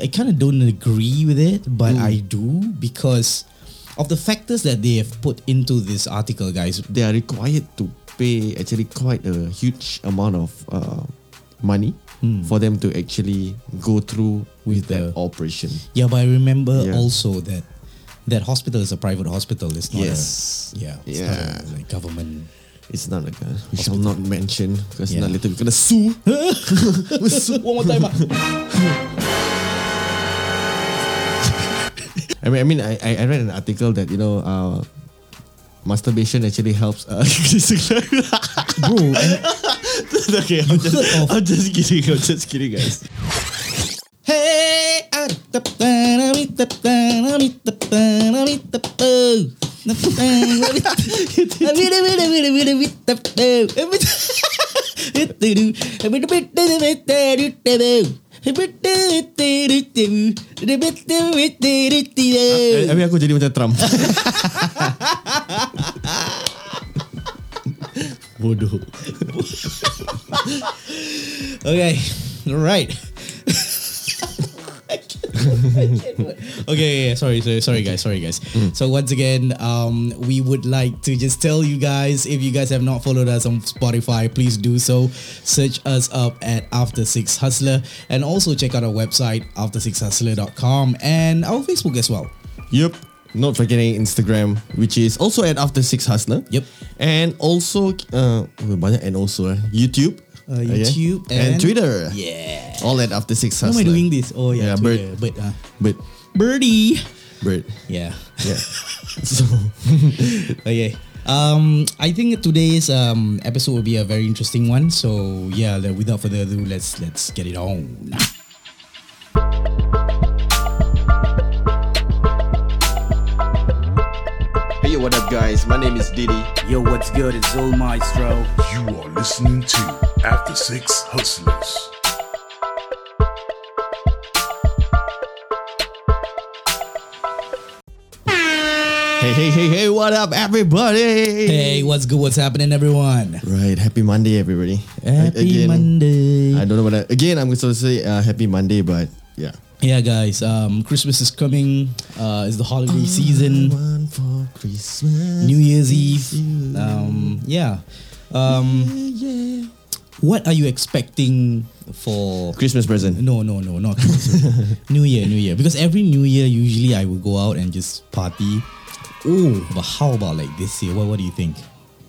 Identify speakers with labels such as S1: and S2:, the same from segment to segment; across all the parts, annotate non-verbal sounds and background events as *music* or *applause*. S1: I kind of don't agree with it, but I do because of the factors that they have put into this article, guys.
S2: they are required to pay actually quite a huge amount of uh, money for them to actually go through
S1: Hmm. With
S2: with that
S1: the-
S2: operation.
S1: Yeah, but I remember
S2: Yeah.
S1: also that that hospital is a private hospital. It's not
S2: Yes.
S1: a yeah, it's not a, like government.
S2: It's not like a, we shall not mention because not
S1: Yeah.
S2: later we're gonna sue. We'll sue.
S1: *laughs* One more time. *laughs* ah.
S2: I mean, I mean, I, I I read an article that you know, uh, masturbation actually helps. Uh, *laughs*
S1: Bro, and-
S2: okay, I'm
S1: *laughs*
S2: just,
S1: heard of-
S2: I'm just kidding. I'm just kidding, guys.
S1: hey, ah, da, da, da, me, da, da, da, me, da, da, da, me, da, da, da, da, da, me, da,
S2: I, I mean, aku jadi macam Trump. Bodoh.
S1: Okay, right. I can't- I can't. okay, yeah, sorry, sorry, sorry, guys, sorry, guys.
S2: Mm.
S1: So once again, um, we would like to just tell you guys if you guys have not followed us on Spotify, please do so. Search us up at After Six Hustler, and also check out our website aftersixhustler.com and our Facebook as well.
S2: Yep. Not forgetting Instagram, which is also at After Six Hustler.
S1: Yep.
S2: And also, uh, banyak and also eh. YouTube.
S1: Uh,
S2: Okay.
S1: YouTube
S2: and,
S1: and-
S2: Twitter.
S1: Yeah.
S2: All at After Six
S1: How am I
S2: Hustler.
S1: doing this? Oh yeah,
S2: Yeah,
S1: Twitter, but uh,
S2: But,
S1: birdie.
S2: but,
S1: Yeah. *laughs*
S2: yeah. so,
S1: Okay. Um, I think today's um episode will be a very interesting one. So yeah, le- without further ado, let's let's get it on.
S2: hey, what up, guys? My name is Diddy.
S3: Yo, what's good? It's Old Maestro.
S4: You are listening to After Six Hustlers.
S2: Hey, hey, hey, hey, what up, everybody?
S1: Hey, what's good? What's happening, everyone?
S2: Right, happy Monday, everybody.
S1: Happy
S2: Again,
S1: Monday.
S2: I don't know what I, again, I'm going to say uh, happy Monday, but yeah.
S1: yeah, guys. Um, Christmas is coming. Uh, it's the holiday season.
S2: One for Christmas.
S1: New Year's Eve.
S2: is you.
S1: Um, yeah. Um,
S2: Yeah.
S1: what are you expecting for?
S2: Christmas present.
S1: No, no, no, not
S2: *laughs*
S1: Christmas. New Year, New Year. Because every New Year, usually I will go out and just party. Oh, but how about like this year? What What do you think?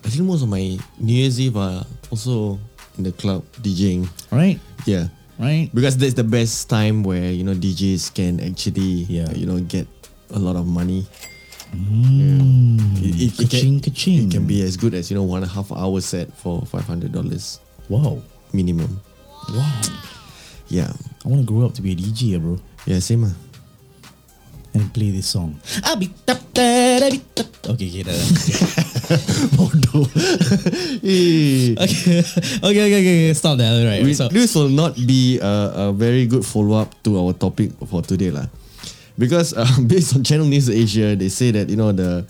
S2: I think most of my New Year's Eve are also in the club DJing.
S1: Right,
S2: Yeah.
S1: right.
S2: Because that's the best time where, you know, DJs can actually,
S1: Yeah.
S2: you know, get a lot of money.
S1: Mm.
S2: It- it- it
S1: ka-ching, ka-ching.
S2: It can be as good as, you know, one and a half hour set for $500
S1: Wow,
S2: minimum.
S1: wow.
S2: Yeah.
S1: I want to grow up to be a DJ, bro,
S2: Yeah,
S1: *laughs*
S2: same. ah.
S1: and play this song. Ah, be tap, da, da, be tap. Okay, okay, dah, dah.
S2: Bodoh. Eh.
S1: *laughs* okay, *laughs* okay, okay, okay, okay. Stop that. All right.
S2: We-
S1: so,
S2: this will not be a, a very good follow up to our topic for today, lah. Because uh, *laughs* based on Channel News Asia, they say that you know the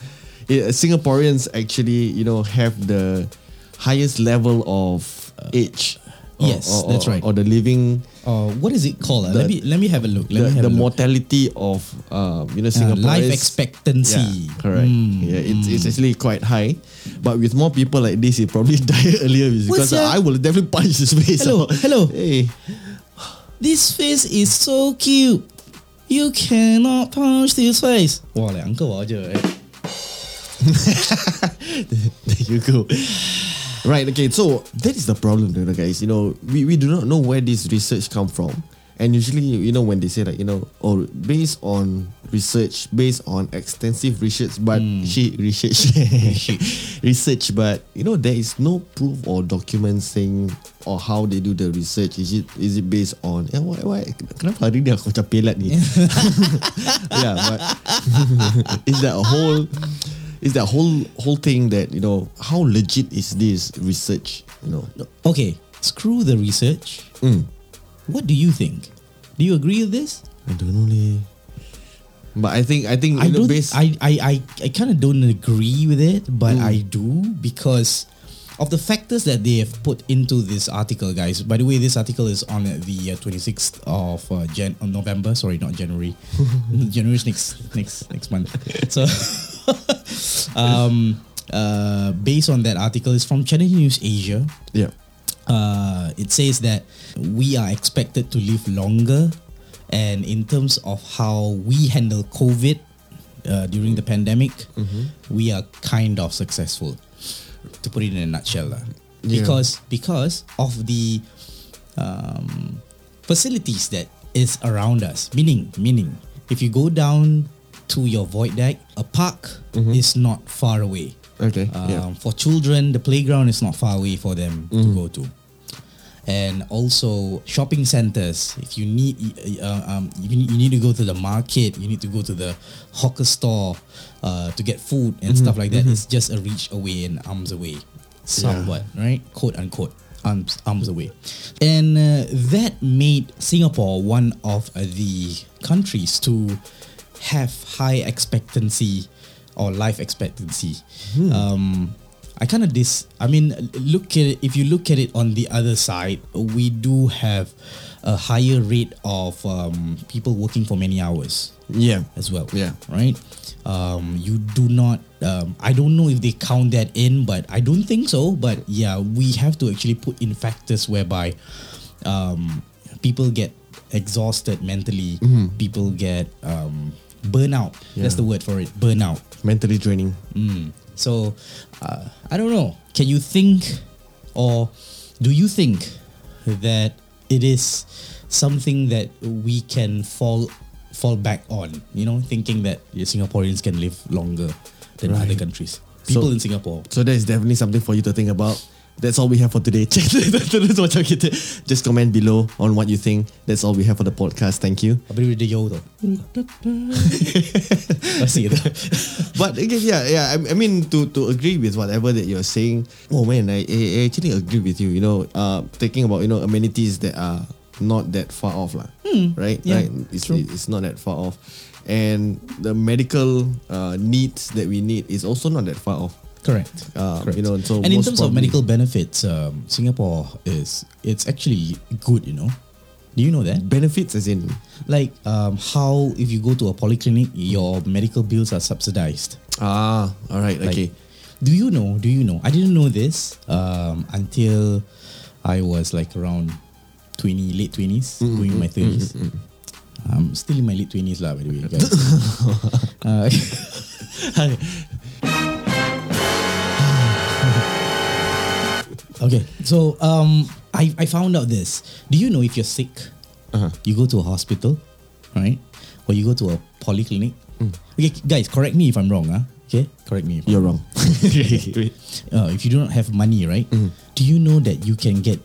S2: eh, Singaporeans actually you know have the highest level of age.
S1: Yes, that's right.
S2: Or the living,
S1: uh, what is it called? ah? let me let me have a look. Let
S2: the,
S1: me have
S2: the
S1: a look.
S2: mortality of uh, you know
S1: Uh,
S2: Singaporeans.
S1: life expectancy. Hmm.
S2: Yeah, correct. Yeah, it's, it's actually quite high. But with more people like this, he probably *laughs* die earlier because
S1: What's
S2: uh,
S1: your-
S2: I will definitely punch his face.
S1: Hello,
S2: out.
S1: hello.
S2: Hey.
S1: This face is so cute. You cannot punch this face. 哇，两个我就哎。
S2: There *laughs* you go. Right, okay, so that is the problem, you know, guys. You know, we, we do not know where this research come from. And usually, you know, when they say like, you know, or based on research, based on extensive research, but she research *laughs* research, but you know, there is no proof or document saying or how they do the research. Is it is it based on eh, why, why, kenapa hari ni aku macam pelat ni? *laughs* yeah, but is that a whole is that whole whole thing that you know how legit is this research? You know,
S1: Okay, screw the research. What do you think? Do you agree with this?
S2: I don't know leh. But I think I think
S1: I
S2: you know,
S1: don't.
S2: based
S1: I I I, I kind of don't agree with it, but I do because of the factors that they have put into this article, guys. By the way, this article is on the uh, 26th of uh, Jan- uh, November. Sorry, not January. *laughs* January is next next next month. *laughs* So, um, uh, based on that article, it's from Channel News Asia.
S2: Yeah.
S1: Uh, it says that we are expected to live longer, and in terms of how we handle COVID uh, during the pandemic,
S2: Mm-hmm.
S1: we are kind of successful. To put it in a nutshell, lah.
S2: Yeah.
S1: because because of the um, facilities that is around us. Meaning, meaning, if you go down to your void deck, a park is not far away.
S2: Mm-hmm. Okay.
S1: Um,
S2: yeah. Mm-hmm.
S1: For children, the playground is not far away for them to go to. And also shopping centers. If you need, uh, um, you, need- you need to go to the market. You need to go to the hawker store uh, to get food and stuff like that. It's just a reach away and arms away, somewhat, right? Quote unquote, arms arms away. And uh, that made Singapore one of uh, the countries to have high expectancy or life expectancy. Um, I kind of dis. I mean, look at it, if you look at it on the other side, we do have a higher rate of um, people working for many hours
S2: Yeah.
S1: as well.
S2: Yeah.
S1: Right. Um, you do not. Um, I don't know if they count that in, but I don't think so. But yeah, we have to actually put in factors whereby um, people get exhausted mentally. People get um, burnout. That's the word for it. Burnout.
S2: Mentally draining.
S1: So uh, I don't know. Can you think, or do you think that it is something that we can fall fall back on? You know, thinking that yeah, Singaporeans can live longer than other countries. People
S2: So-
S1: in Singapore.
S2: So that is definitely something for you to think about. That's all we have for today. *laughs* Check terus macam kita. Just comment below on what you think. That's all we have for the podcast. Thank you.
S1: Apa dia jauh tu? *laughs* Masih tu.
S2: But again, yeah, yeah. I, I mean, to to agree with whatever that you're saying. Oh man, I, I actually agree with you. You know, uh, thinking about you know amenities that are not that far off, lah. right?
S1: Hmm, yeah,
S2: right. It's
S1: true.
S2: it's not that far off, and the medical uh, needs that we need is also not that far off.
S1: Correct.
S2: Um,
S1: Correct.
S2: you know, so
S1: and in
S2: most
S1: terms of
S2: probably-
S1: medical benefits, um, Singapore is it's actually good. You know, do you know that?
S2: Benefits, as in,
S1: like um, how if you go to a polyclinic, your medical bills are subsidized.
S2: ah, all right,
S1: Like,
S2: okay,
S1: Do you know? Do you know? I didn't know this um, until I was like around twenty, late 20s going in my 30s I'm still in my late twenties, lah. By the way, guys. uh, *laughs* okay, so um, I I found out this. Do you know if you're sick, you go to a hospital, right, or you go to a polyclinic? Okay, guys, correct me if I'm wrong, ah. Okay, correct me. If I'm
S2: you're *laughs* wrong.
S1: *laughs* uh, if you don't have money, right? Do you know that you can get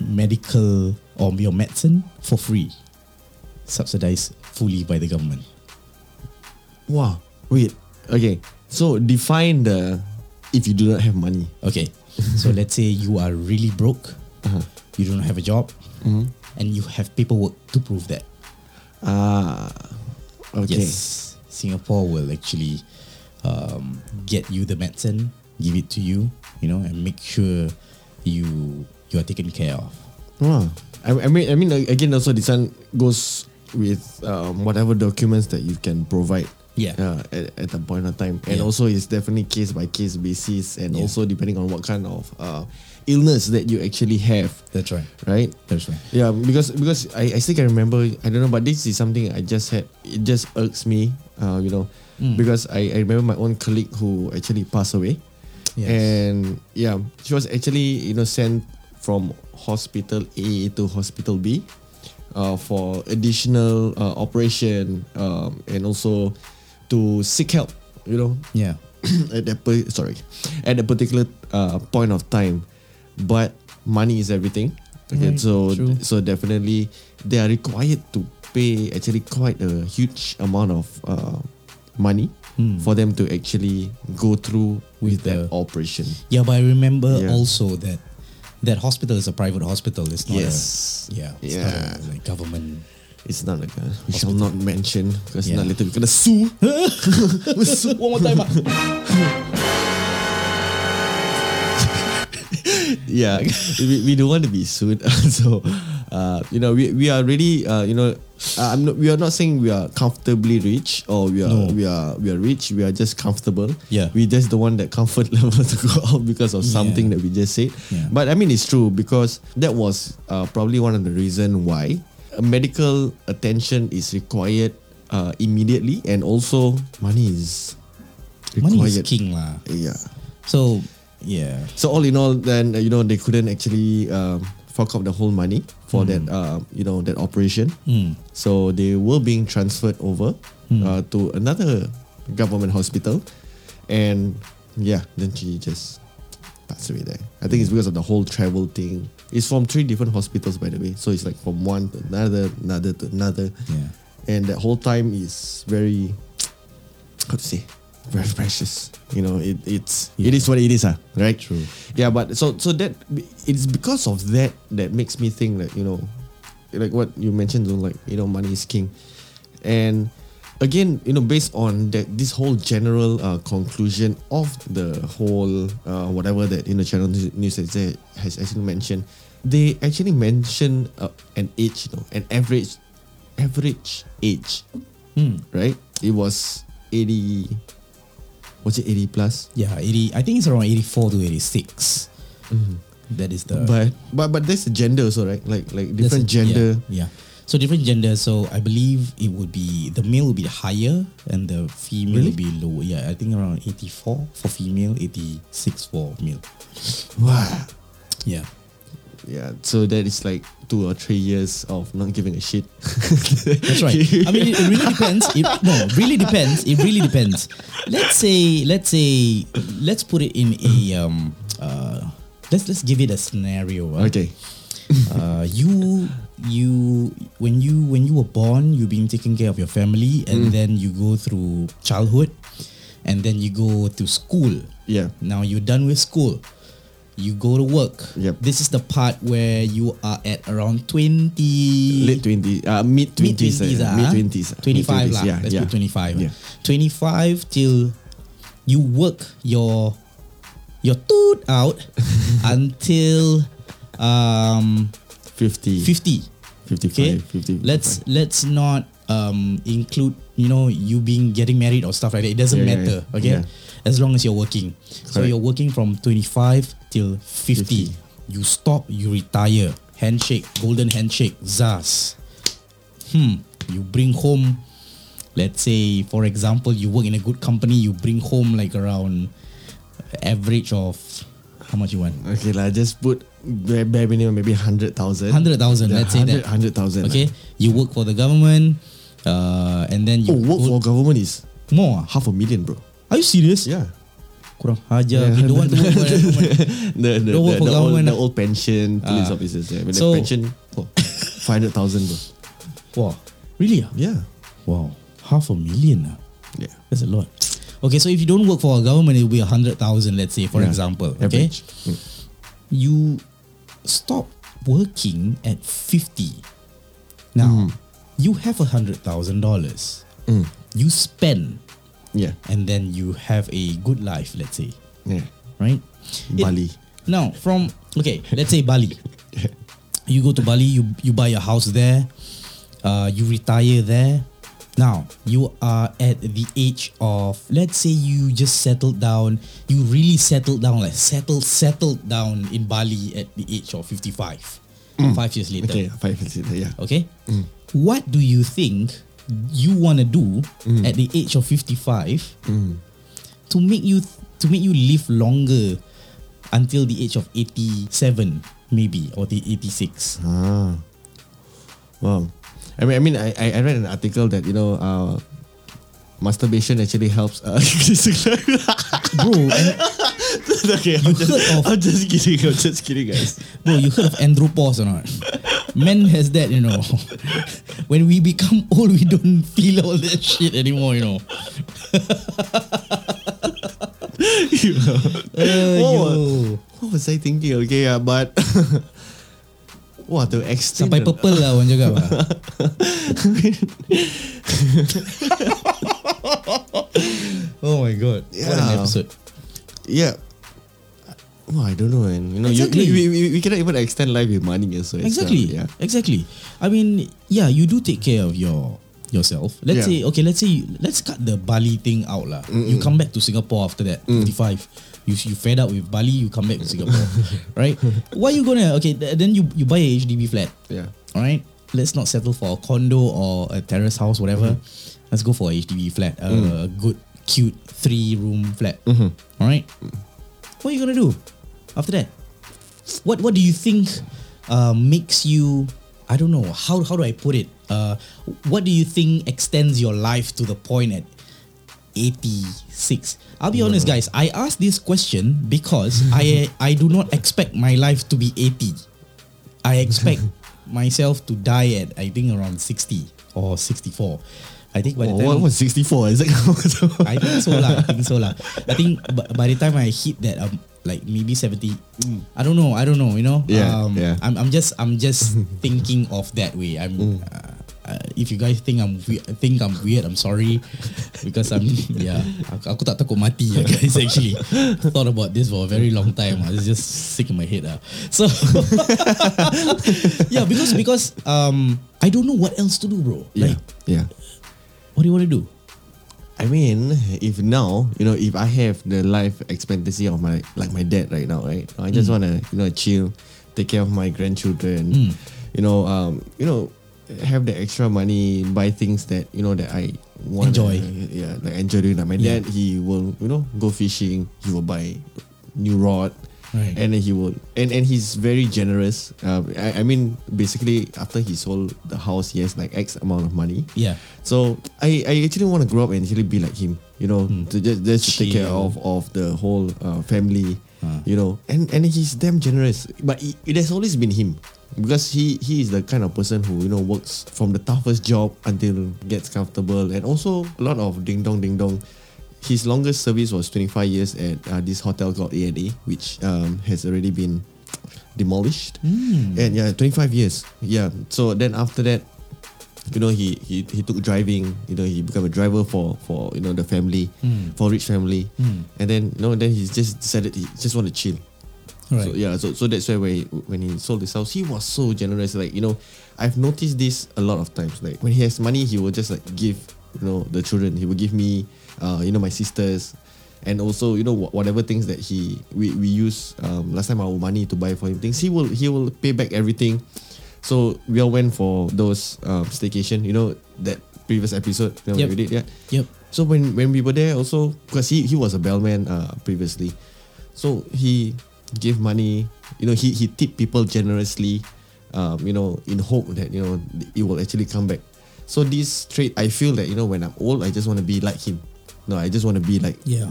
S1: medical or your medicine for free, subsidized fully by the government?
S2: Wow. Wait. Okay. So define the if you do not have money.
S1: Okay, so let's say you are really broke, you don't have a job, and you have paperwork to prove that.
S2: Ah. Okay.
S1: Yes, Singapore will actually um, get you the medicine, give it to you, you know, and make sure you you are taken care of.
S2: Wow. Ah. I, I mean I mean a- again also this one goes with um, whatever documents that you can provide.
S1: Yeah.
S2: Uh, at, at the point of time,
S1: Yeah.
S2: and also it's definitely case by case basis, and
S1: Yeah.
S2: also depending on what kind of uh, illness that you actually have,
S1: That's right.
S2: right?
S1: That's right.
S2: Yeah, because because I, I still can remember I don't know but this is something I just had it just irks me uh, you know because I, I remember my own colleague who actually passed away
S1: Yes.
S2: and yeah she was actually you know sent from hospital A to hospital B uh, for additional uh, operation um, and also to seek help you know
S1: Yeah.
S2: *clears throat* at that per- sorry at that particular uh, point of time but money is everything okay
S1: Right,
S2: so
S1: true.
S2: so definitely they are required to pay actually quite a huge amount of uh, money for them to actually go through
S1: Hmm.
S2: with,
S1: With
S2: that
S1: the-
S2: operation
S1: Yeah, but I remember
S2: Yeah.
S1: also that that hospital is a private hospital. It's not
S2: Yes.
S1: a yeah, it's not a,
S2: Yeah.
S1: like government.
S2: it's not like a, *laughs* we shall not mention because
S1: Yeah.
S2: not later we're gonna sue *laughs*
S1: One more time. ah.
S2: yeah *laughs* we, we don't want to be sued *laughs* so uh, you know we, we are really uh, you know uh, I'm not, we are not saying we are comfortably rich or we are
S1: No.
S2: we are we are rich we are just comfortable
S1: Yeah.
S2: we just don't want that comfort *laughs* level to go out because of something that we just said
S1: Yeah.
S2: but I mean it's true because that was uh, probably one of the reason why uh, medical attention is required uh, immediately and also money is required.
S1: *laughs* Money is king lah.
S2: yeah
S1: So yeah.
S2: so all in all, then uh, you know they couldn't actually um, fork out the whole money for that uh, you know that operation. So they were being transferred over uh, to another government hospital, and yeah, then she just passed away there. I think it's because of the whole travel thing. It's from three different hospitals, by the way. So it's like from one to another, another to another.
S1: Yeah.
S2: And that whole time is very how to say very precious you know it, it's it is what it is ah, right
S1: True.
S2: yeah but so so that it's because of that that makes me think that you know like what you mentioned though, like you know money is king and again you know based on that this whole general uh, conclusion of the whole uh, whatever that you know channel news News has, has actually mentioned they actually mention uh, an age you know an average average age
S1: Hmm.
S2: right? It was 80, was it 80 plus?
S1: Yeah, eighty. I think it's around eighty-four to eighty-six. That is the
S2: But but but there's a gender also, right? Like like
S1: that's it, Uh.
S2: different
S1: yeah,
S2: gender.
S1: Yeah, So different gender. So I believe it would be the male would be higher and the female would be lower. Yeah, I think around eighty-four for female, eighty-six for male.
S2: Wow.
S1: Yeah.
S2: Yeah. So that is like two or three years of not giving a shit.
S1: That's right.
S2: *laughs*
S1: I mean, it really depends. It, no, really depends. It really depends. Let's say, let's say, let's put it in a um, uh, let's let's give it a scenario. ah.
S2: okay.
S1: *laughs* Uh, you you when you when you were born, you've been taking care of your family,
S2: Mm.
S1: and then you go through childhood, and then you go to school.
S2: Yeah.
S1: Now you're done with school. You go to work.
S2: Yep.
S1: This is the part where you are at around twenty
S2: Late twenty, uh, mid
S1: mid
S2: twenties,
S1: twenties, ah,
S2: mid twenties,
S1: twenty five lah.
S2: uh, Yeah,
S1: Let's
S2: yeah.
S1: put twenty five.
S2: Yeah.
S1: Twenty five till you work your your toot
S2: *laughs*
S1: out until um
S2: 50,
S1: 50
S2: 55,
S1: okay
S2: 50,
S1: let's let's not um include you know you being getting married or stuff like that it doesn't
S2: Yeah, yeah,
S1: matter
S2: yeah.
S1: okay
S2: Yeah.
S1: as long as you're working so
S2: Correct.
S1: you're working from 25 till 50.
S2: 50.
S1: you stop you retire handshake golden handshake zas hmm you bring home let's say for example you work in a good company you bring home like around average of how much you want
S2: 55. Okay lah, just put bare, bare minimum maybe hundred thousand.
S1: 100,000, let's say that.
S2: Hundred thousand.
S1: Okay, you work for the government, uh, and then you
S2: Oh, work for government is
S1: more. ah.
S2: half a million, bro.
S1: Are you serious?
S2: Yeah.
S1: Kurang ajar. We don't want to work for the *laughs* government.
S2: *laughs* the, the,
S1: Don't work
S2: the,
S1: for
S2: the, old,
S1: government
S2: the
S1: lah.
S2: old pension police
S1: Ah.
S2: officers. Yeah. When
S1: So-
S2: the pension, oh, 500,000 bro.
S1: Wow, really? ah?
S2: Yeah.
S1: Wow, half a million. ah.
S2: Yeah.
S1: That's a lot. Okay, so if you don't work for a government, it will be a hundred thousand, let's say, for
S2: Yeah.
S1: example. Okay,
S2: Average. Mm.
S1: you stop working at fifty. Now, you have a hundred thousand dollars. You spend,
S2: Yeah.
S1: and then you have a good life. Let's say,
S2: Yeah.
S1: right? It-
S2: Bali.
S1: Now, from okay, let's say Bali. You go to Bali, you you buy a house there, uh, you retire there. Now you are at the age of let's say you just settled down, you really settled down, like settled settled down in Bali at the age of fifty five, five years later.
S2: Mm. Okay. Five years later. Yeah.
S1: Okay? What do you think you want to do at the age of 55 to make you to make you live longer until the age of 87 maybe or the 86?
S2: Ah. Wow. I mean, I mean, I, I I read an article that you know, uh, masturbation actually helps. Uh, *laughs*
S1: Bro, and,
S2: okay,
S1: You
S2: I'm just,
S1: heard of-
S2: I'm just kidding. I'm just kidding, guys.
S1: bro, you heard of andropause or not? *laughs* Men has that, you know. *laughs* when we become old, we don't feel all that shit anymore, you know. *laughs* Uh,
S2: What was-
S1: yo.
S2: What was I thinking? Okay, uh, but *laughs* what to extend?
S1: Sampai purple lah orang cakap lah. oh my god. What an
S2: Yeah.
S1: episode.
S2: Yeah. Well, I don't know, and you know, you-
S1: Exactly.
S2: we, we, we cannot even extend life with money as well.
S1: Exactly. uh,
S2: yeah.
S1: Exactly. I mean, yeah, you do take care of your yourself. Let's
S2: Yeah.
S1: say okay, let's say you- let's cut the Bali thing out lah. You come back to Singapore after that, 55. You you fed up with Bali, you come back to Singapore. *laughs* right? Why you going to Okay, th- then you you buy a HDB flat.
S2: Yeah.
S1: All right? Let's not settle for a condo or a terrace house whatever. Let's go for a HDB flat, a good cute 3 room flat. All right? What are you going to do after that? what what do you think uh, makes you I don't know how how do I put it uh, what do you think extends your life to the point at 86 I'll be honest guys I asked this question because I I do not expect my life to be 80 I
S2: *laughs*
S1: expect myself to die at I think around 60 or 64 I think by the
S2: Oh,
S1: time
S2: what was 64? Is that *laughs*
S1: I think so lah. I think so lah. I think by, by the time I hit that, um, like maybe seventy, I don't know. I don't know. You know.
S2: Yeah,
S1: Um,
S2: yeah.
S1: I'm, I'm just I'm
S2: *laughs*
S1: just thinking of that way. I'm.
S2: Mm.
S1: Uh, uh, if you guys think I'm we- think I'm weird, I'm sorry because I'm *laughs* yeah. Aku, aku tak takut mati ya guys. Actually, thought about this for a very long time. ah. It's just sick in my head ah. So *laughs* yeah, because because um I don't know what else to do, bro.
S2: yeah.
S1: Like,
S2: Yeah.
S1: what do you want to do?
S2: I mean, if now, you know, if I have the life expectancy of my like my dad right now, right? I
S1: Mm.
S2: just wanna, you know, chill, take care of my grandchildren, you know, um, you know, have the extra money, buy things that, you know, that I want
S1: Enjoy.
S2: Yeah, like enjoy doing that. My
S1: Yeah.
S2: dad he will, you know, go fishing, he will buy new rod.
S1: Right.
S2: And then he will, and, and he's very generous. Uh, I, I mean, basically, after he sold the house, he has like X amount of money.
S1: Yeah.
S2: So I, I actually want to grow up and actually be like him, you know, to just, just to take care
S1: Chill.
S2: of, of the whole uh, family, you know. And and he's damn generous, but it, it has always been him because he he is the kind of person who you know works from the toughest job until gets comfortable, and also a lot of ding dong ding dong. His longest service was 25 years at uh, this hotel called A&A, which um, has already been demolished. And yeah, 25 years. Yeah. So then after that, you know he he he took driving you know he became a driver for for you know the family for rich family and then you know then he just decided he just want to chill
S1: All right.
S2: so yeah so so that's why when he, when he sold his house he was so generous like you know i've noticed this a lot of times like when he has money he will just like give you know the children he will give me uh you know my sisters and also you know wha- whatever things that he we, we use um last time our money to buy for him things he will he will pay back everything so we all went for those um, staycation, you know, that previous episode that
S1: Yep.
S2: we did, yeah.
S1: Yep.
S2: So when when we were there also, because he, he was a bellman uh, previously. So he gave money, you know, he, he tipped people generously, um, you know, in hope that, you know, it will actually come back. So this trait, I feel that, you know, when I'm old, I just want to be like him. No, I just want to be like,
S1: Yeah.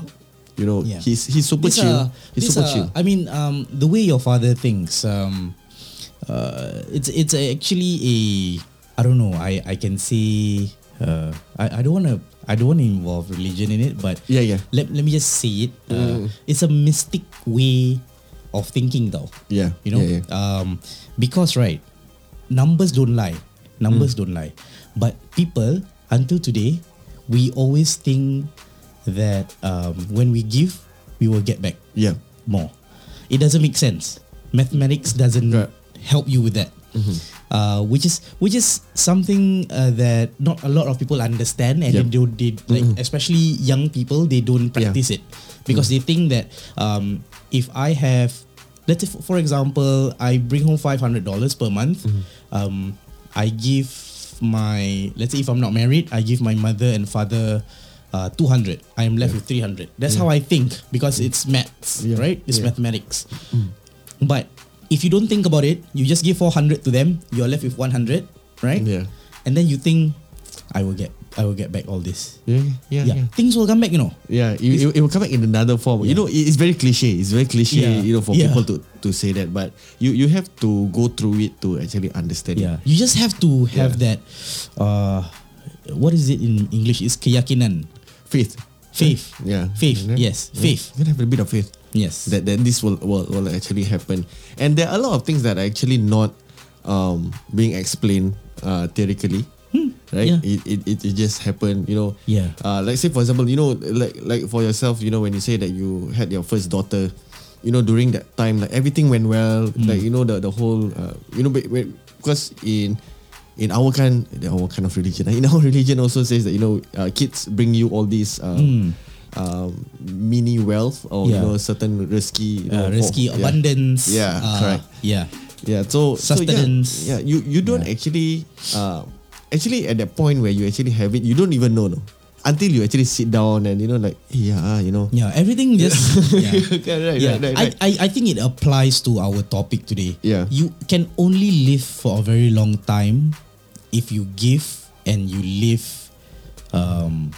S2: you know,
S1: Yeah.
S2: he's he's super
S1: These are-
S2: chill. he's
S1: these
S2: super
S1: are-
S2: chill.
S1: I mean, um, the way your father thinks, um, uh, it's it's actually a I don't know. I I can say uh, I I don't want to I don't want to involve religion in it, but
S2: Yeah, Mm. yeah.
S1: Let, let me just say it. Uh, It's a mystic way of thinking, though.
S2: Yeah,
S1: you know,
S2: yeah, yeah.
S1: Um, because right, numbers don't lie. Numbers don't lie. But people until today, we always think that um, when we give, we will get back
S2: Yeah.
S1: more. It doesn't make sense. Mathematics doesn't
S2: Right. Mm-hmm.
S1: help you with that, uh, which is which is something uh, that not a lot of people understand, and
S2: Yep. Mm-hmm.
S1: they don't. They, like, Especially young people, they don't practice it because they think that um, if I have, let's say for, for example, I bring home five hundred dollars per month,
S2: Mm-hmm.
S1: um, I give my let's say if I'm not married, I give my mother and father. Uh, 200 i am left with 300 that's how i think because it's maths
S2: Yeah.
S1: right it's
S2: Yeah. Mm.
S1: mathematics but if you don't think about it, you just give 400 to them, you're left with 100, right?
S2: Yeah.
S1: And then you think, I will get, I will get back all this.
S2: Yeah, yeah, yeah.
S1: Things will come back, you know.
S2: Yeah, it, it, it will come back in another form. You know, it- it's very cliche. It's very cliche,
S1: Yeah.
S2: you know, for
S1: Yeah.
S2: people to, to say that. But you, you have to go through it to actually understand it.
S1: You just have to have that, uh, what is it in English? It's keyakinan.
S2: Faith.
S1: Faith.
S2: Yeah.
S1: Faith.
S2: You know?
S1: Yes. Faith.
S2: You gotta have a bit of faith.
S1: Yes.
S2: That, that this will, will, will actually happen. And there are a lot of things that are actually not um, being explained uh, theoretically. Right?
S1: Hmm. yeah.
S2: It, it, it, it just happened, you know.
S1: Yeah.
S2: Uh, like say for example, you know, like like for yourself, you know, when you say that you had your first daughter, you know during that time like everything went well
S1: Hmm.
S2: like you know the the whole uh, you know be- be- because in in our kind the- our kind of religion *laughs* in our religion also says that you know uh, kids bring you all these uh, um, mini wealth or
S1: Hmm.
S2: you
S1: Yeah.
S2: know certain risky you
S1: uh,
S2: know,
S1: risky
S2: for- oh, yeah.
S1: abundance.
S2: Yeah,
S1: uh,
S2: correct.
S1: Yeah.
S2: Yeah, so
S1: Sustenance.
S2: So yeah, yeah, you you don't actually uh, actually at that point where you actually have it, you don't even know no. Until you actually sit down and you know like yeah, you *laughs* know.
S1: Yeah. Everything just. Yeah.
S2: Okay, right,
S1: Yeah,
S2: right, right, right.
S1: I, I, I think it applies to our topic today.
S2: Yeah.
S1: You can only live for a very long time if you give and you live um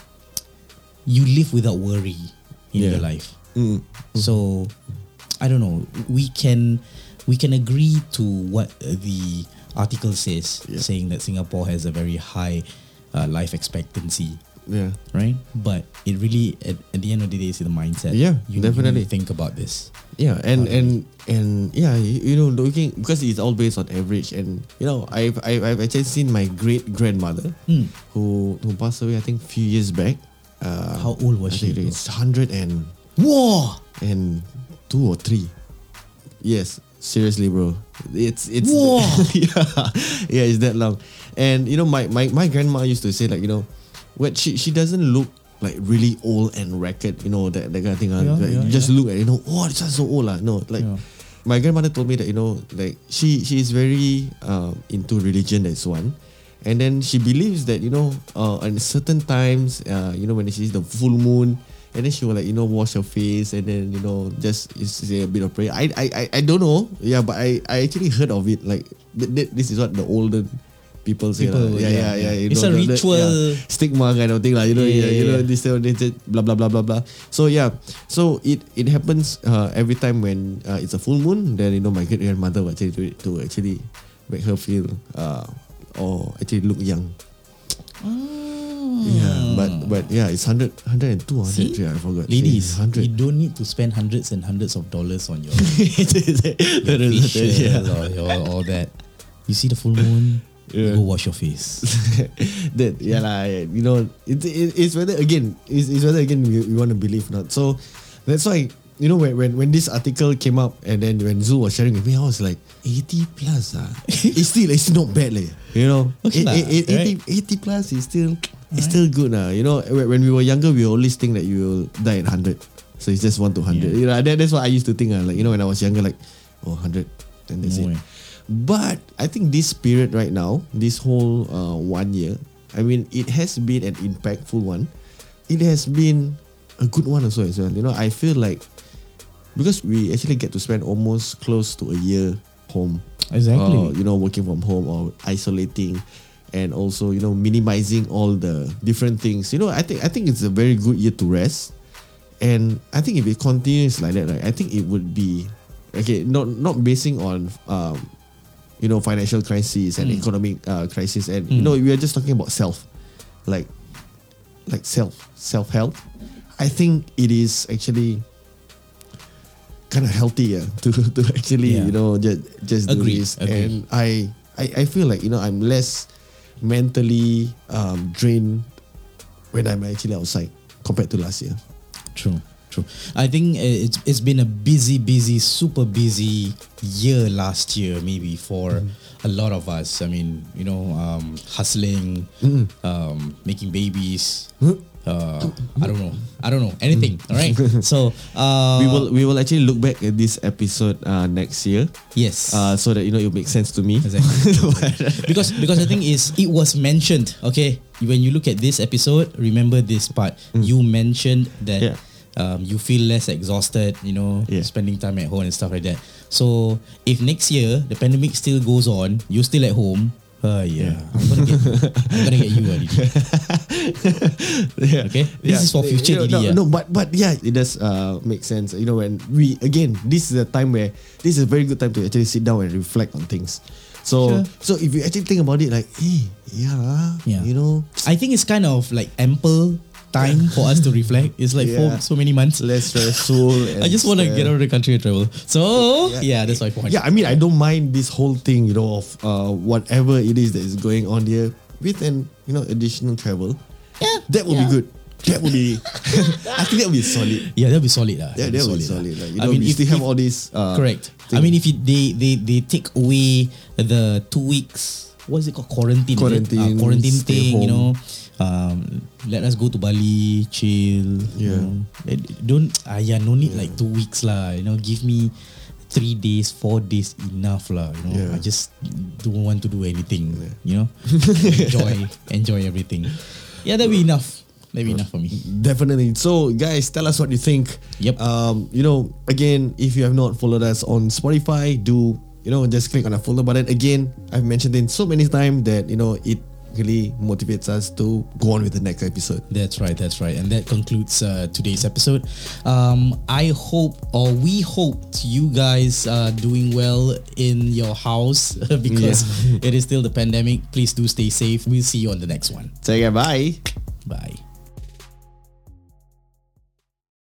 S1: you live without worry in
S2: Yeah. Mm-hmm.
S1: your life.
S2: Mm.
S1: So I don't know. We can we can agree to what uh, the article says,
S2: Yeah.
S1: saying that Singapore has a very high uh, life expectancy
S2: yeah.
S1: right? But it really, at, at the end of the day, it's the mindset.
S2: Yeah,
S1: you,
S2: definitely.
S1: You think about this.
S2: Yeah, and and and yeah, you, you know, looking because it's all based on average, and you know, I've I've, I've actually seen my great grandmother
S1: Hmm.
S2: who who passed away, I think, few years back. Uh,
S1: How old was
S2: I
S1: she?
S2: think It's hundred and
S1: Whoa!
S2: and two or three. Yes, seriously, bro. It's it's
S1: Whoa.
S2: *laughs* yeah, yeah, it's that long. And you know, my, my my grandma used to say like you know, what she she doesn't look like really old and ragged, you know that that kind of thing. ah.
S1: Yeah,
S2: like,
S1: yeah,
S2: you just look at you know, oh, this is so old lah. No, like.
S1: Yeah.
S2: My grandmother told me that you know, like she she is very uh, into religion. That's one, and then she believes that you know, uh, on certain times, uh, you know, when she sees the full moon, and then she will like you know wash her face, and then you know just say a bit of prayer. I I I, I don't know, yeah, but I, I actually heard of it. Like th- th- this is what the older people say.
S1: People,
S2: lah. yeah, yeah,
S1: yeah,
S2: yeah,
S1: yeah.
S2: you
S1: It's
S2: know,
S1: a
S2: the- the-
S1: ritual.
S2: yeah, stigma kind of thing, like you know, yeah,
S1: Yeah,
S2: you
S1: yeah,
S2: know
S1: yeah.
S2: this, that, this, that, blah blah blah blah blah. So yeah, so it it happens uh, every time when uh, it's a full moon. Then you know my great grandmother would actually do it to actually make her feel uh, or actually look young.
S1: Hmm.
S2: Yeah, but but yeah, it's 100, 102, 100,
S1: See?
S2: yeah, I forgot.
S1: Ladies, you
S2: hundred.
S1: don't need to spend hundreds and hundreds of dollars
S2: *laughs*
S1: on your facial
S2: yeah.
S1: or your, all that. You see the full moon,
S2: Yeah.
S1: go wash your face.
S2: that yeah lah, yeah, you know it, it, it's whether again it's, it's whether again we, we want to believe or not so that's why you know when, when when this article came up and then when Zul was sharing with me I was like 80 plus *laughs* ah it's still it's not bad leh you know
S1: Okay
S2: Eh,
S1: lah,
S2: eh, eh, 80, 80 plus is still it's still good lah you know when, when we were younger we always think that you will die at 100 so it's just 1 to 100 you know that, that's what I used to think ah, like you know when I was younger like oh 100 then that's
S1: No
S2: it
S1: way.
S2: but I think this period right now, this whole uh, one year, I mean, it has been an impactful one. It has been a good one also as well. You know, I feel like because we actually get to spend almost close to a year home.
S1: Exactly.
S2: Uh, you know, working from home or isolating and also, you know, minimizing all the different things. You know, I think I think it's a very good year to rest. And I think if it continues like that, right, I think it would be okay, not not basing on um, you know, financial crisis and
S1: Hmm.
S2: economic uh, crisis and you know, we are just talking about self. Like like self self help, I think it is actually kind of healthy yeah, *laughs* to to actually
S1: Yeah.
S2: you know just just do
S1: Agree,
S2: this
S1: agree.
S2: and I, I I feel like you know I'm less mentally um, drained when I'm actually outside compared to last year.
S1: True, true. I think uh, it's it's been a busy, busy, super busy year last year, maybe for
S2: Mm-hmm.
S1: a lot of us. I mean, you know, um, hustling,
S2: Mm-hmm.
S1: um, making babies. Uh, I don't know. I don't know anything. All right.
S2: *laughs*
S1: So uh,
S2: Mm-hmm. we will we will actually look back at this episode uh, next year
S1: Yes.
S2: uh, so that you know it makes sense to me. *laughs*
S1: Exactly. because because the thing is, it was mentioned. Okay, when you look at this episode, remember this part. You mentioned that
S2: Mm. Yeah.
S1: um, you feel less exhausted. You know,
S2: Yeah.
S1: spending time at home and stuff like that. So if next year the pandemic still goes on, you're still at home. Uh, yeah, I'm gonna get, I'm gonna get you,
S2: *laughs*
S1: Aditi.
S2: yeah.
S1: Okay? This is for future
S2: You know,
S1: DD, yeah.
S2: no, no, but but yeah, it does uh, make sense. You know, when we again, this is a time where this is a very good time to actually sit down and reflect on things. So
S1: Sure.
S2: so if you actually think about it, like, hey, yeah, lah,
S1: Yeah.
S2: you know,
S1: I think it's kind of like ample time for us to reflect. It's like for
S2: Yeah.
S1: so many months.
S2: less stressful.
S1: *laughs* I
S2: and
S1: just want to
S2: stuff.
S1: get out of the country and travel. So yeah, that's my point.
S2: Yeah, I mean, I don't mind this whole thing, you know, of uh, whatever it is that is going on here with an you know additional travel.
S1: Yeah,
S2: that would be
S1: yeah.
S2: good. That would
S1: *laughs*
S2: be, I think that would be solid.
S1: Yeah, that'll be solid. lah.
S2: That,
S1: That'll
S2: that would be
S1: lah.
S2: solid. Like, you know, I mean, we
S1: if-
S2: still have
S1: if-
S2: all these. Uh,
S1: correct. I
S2: thing.
S1: mean, if you, they they they take away the two weeks, what is it called quarantine? is it?
S2: Quarantine,
S1: uh, quarantine
S2: stay
S1: thing. You
S2: home.
S1: know, um, let us go to Bali, chill. You
S2: Yeah.
S1: know. Eh, Don't. Ah, yeah, no need like two weeks lah. You know, give me. Three days, four days enough lah. You know, I
S2: Yeah.
S1: just don't want to do anything. You
S2: *laughs*
S1: know, enjoy, enjoy everything. Yeah, that'd be enough. That'd be enough for me.
S2: Definitely. So, guys, tell us what you think.
S1: Yep.
S2: Um, you know, again, if you have not followed us on Spotify, do you know just click on the follow button. Again, I've mentioned it so many times that you know it really motivates us to go on with the next episode.
S1: That's right. That's right. And that concludes uh, today's episode. Um, I hope, or we hoped, you guys are doing well in your house *laughs* because *laughs* it is still the pandemic. Please do stay safe. We'll see you on the next one.
S2: Say goodbye.
S1: Bye.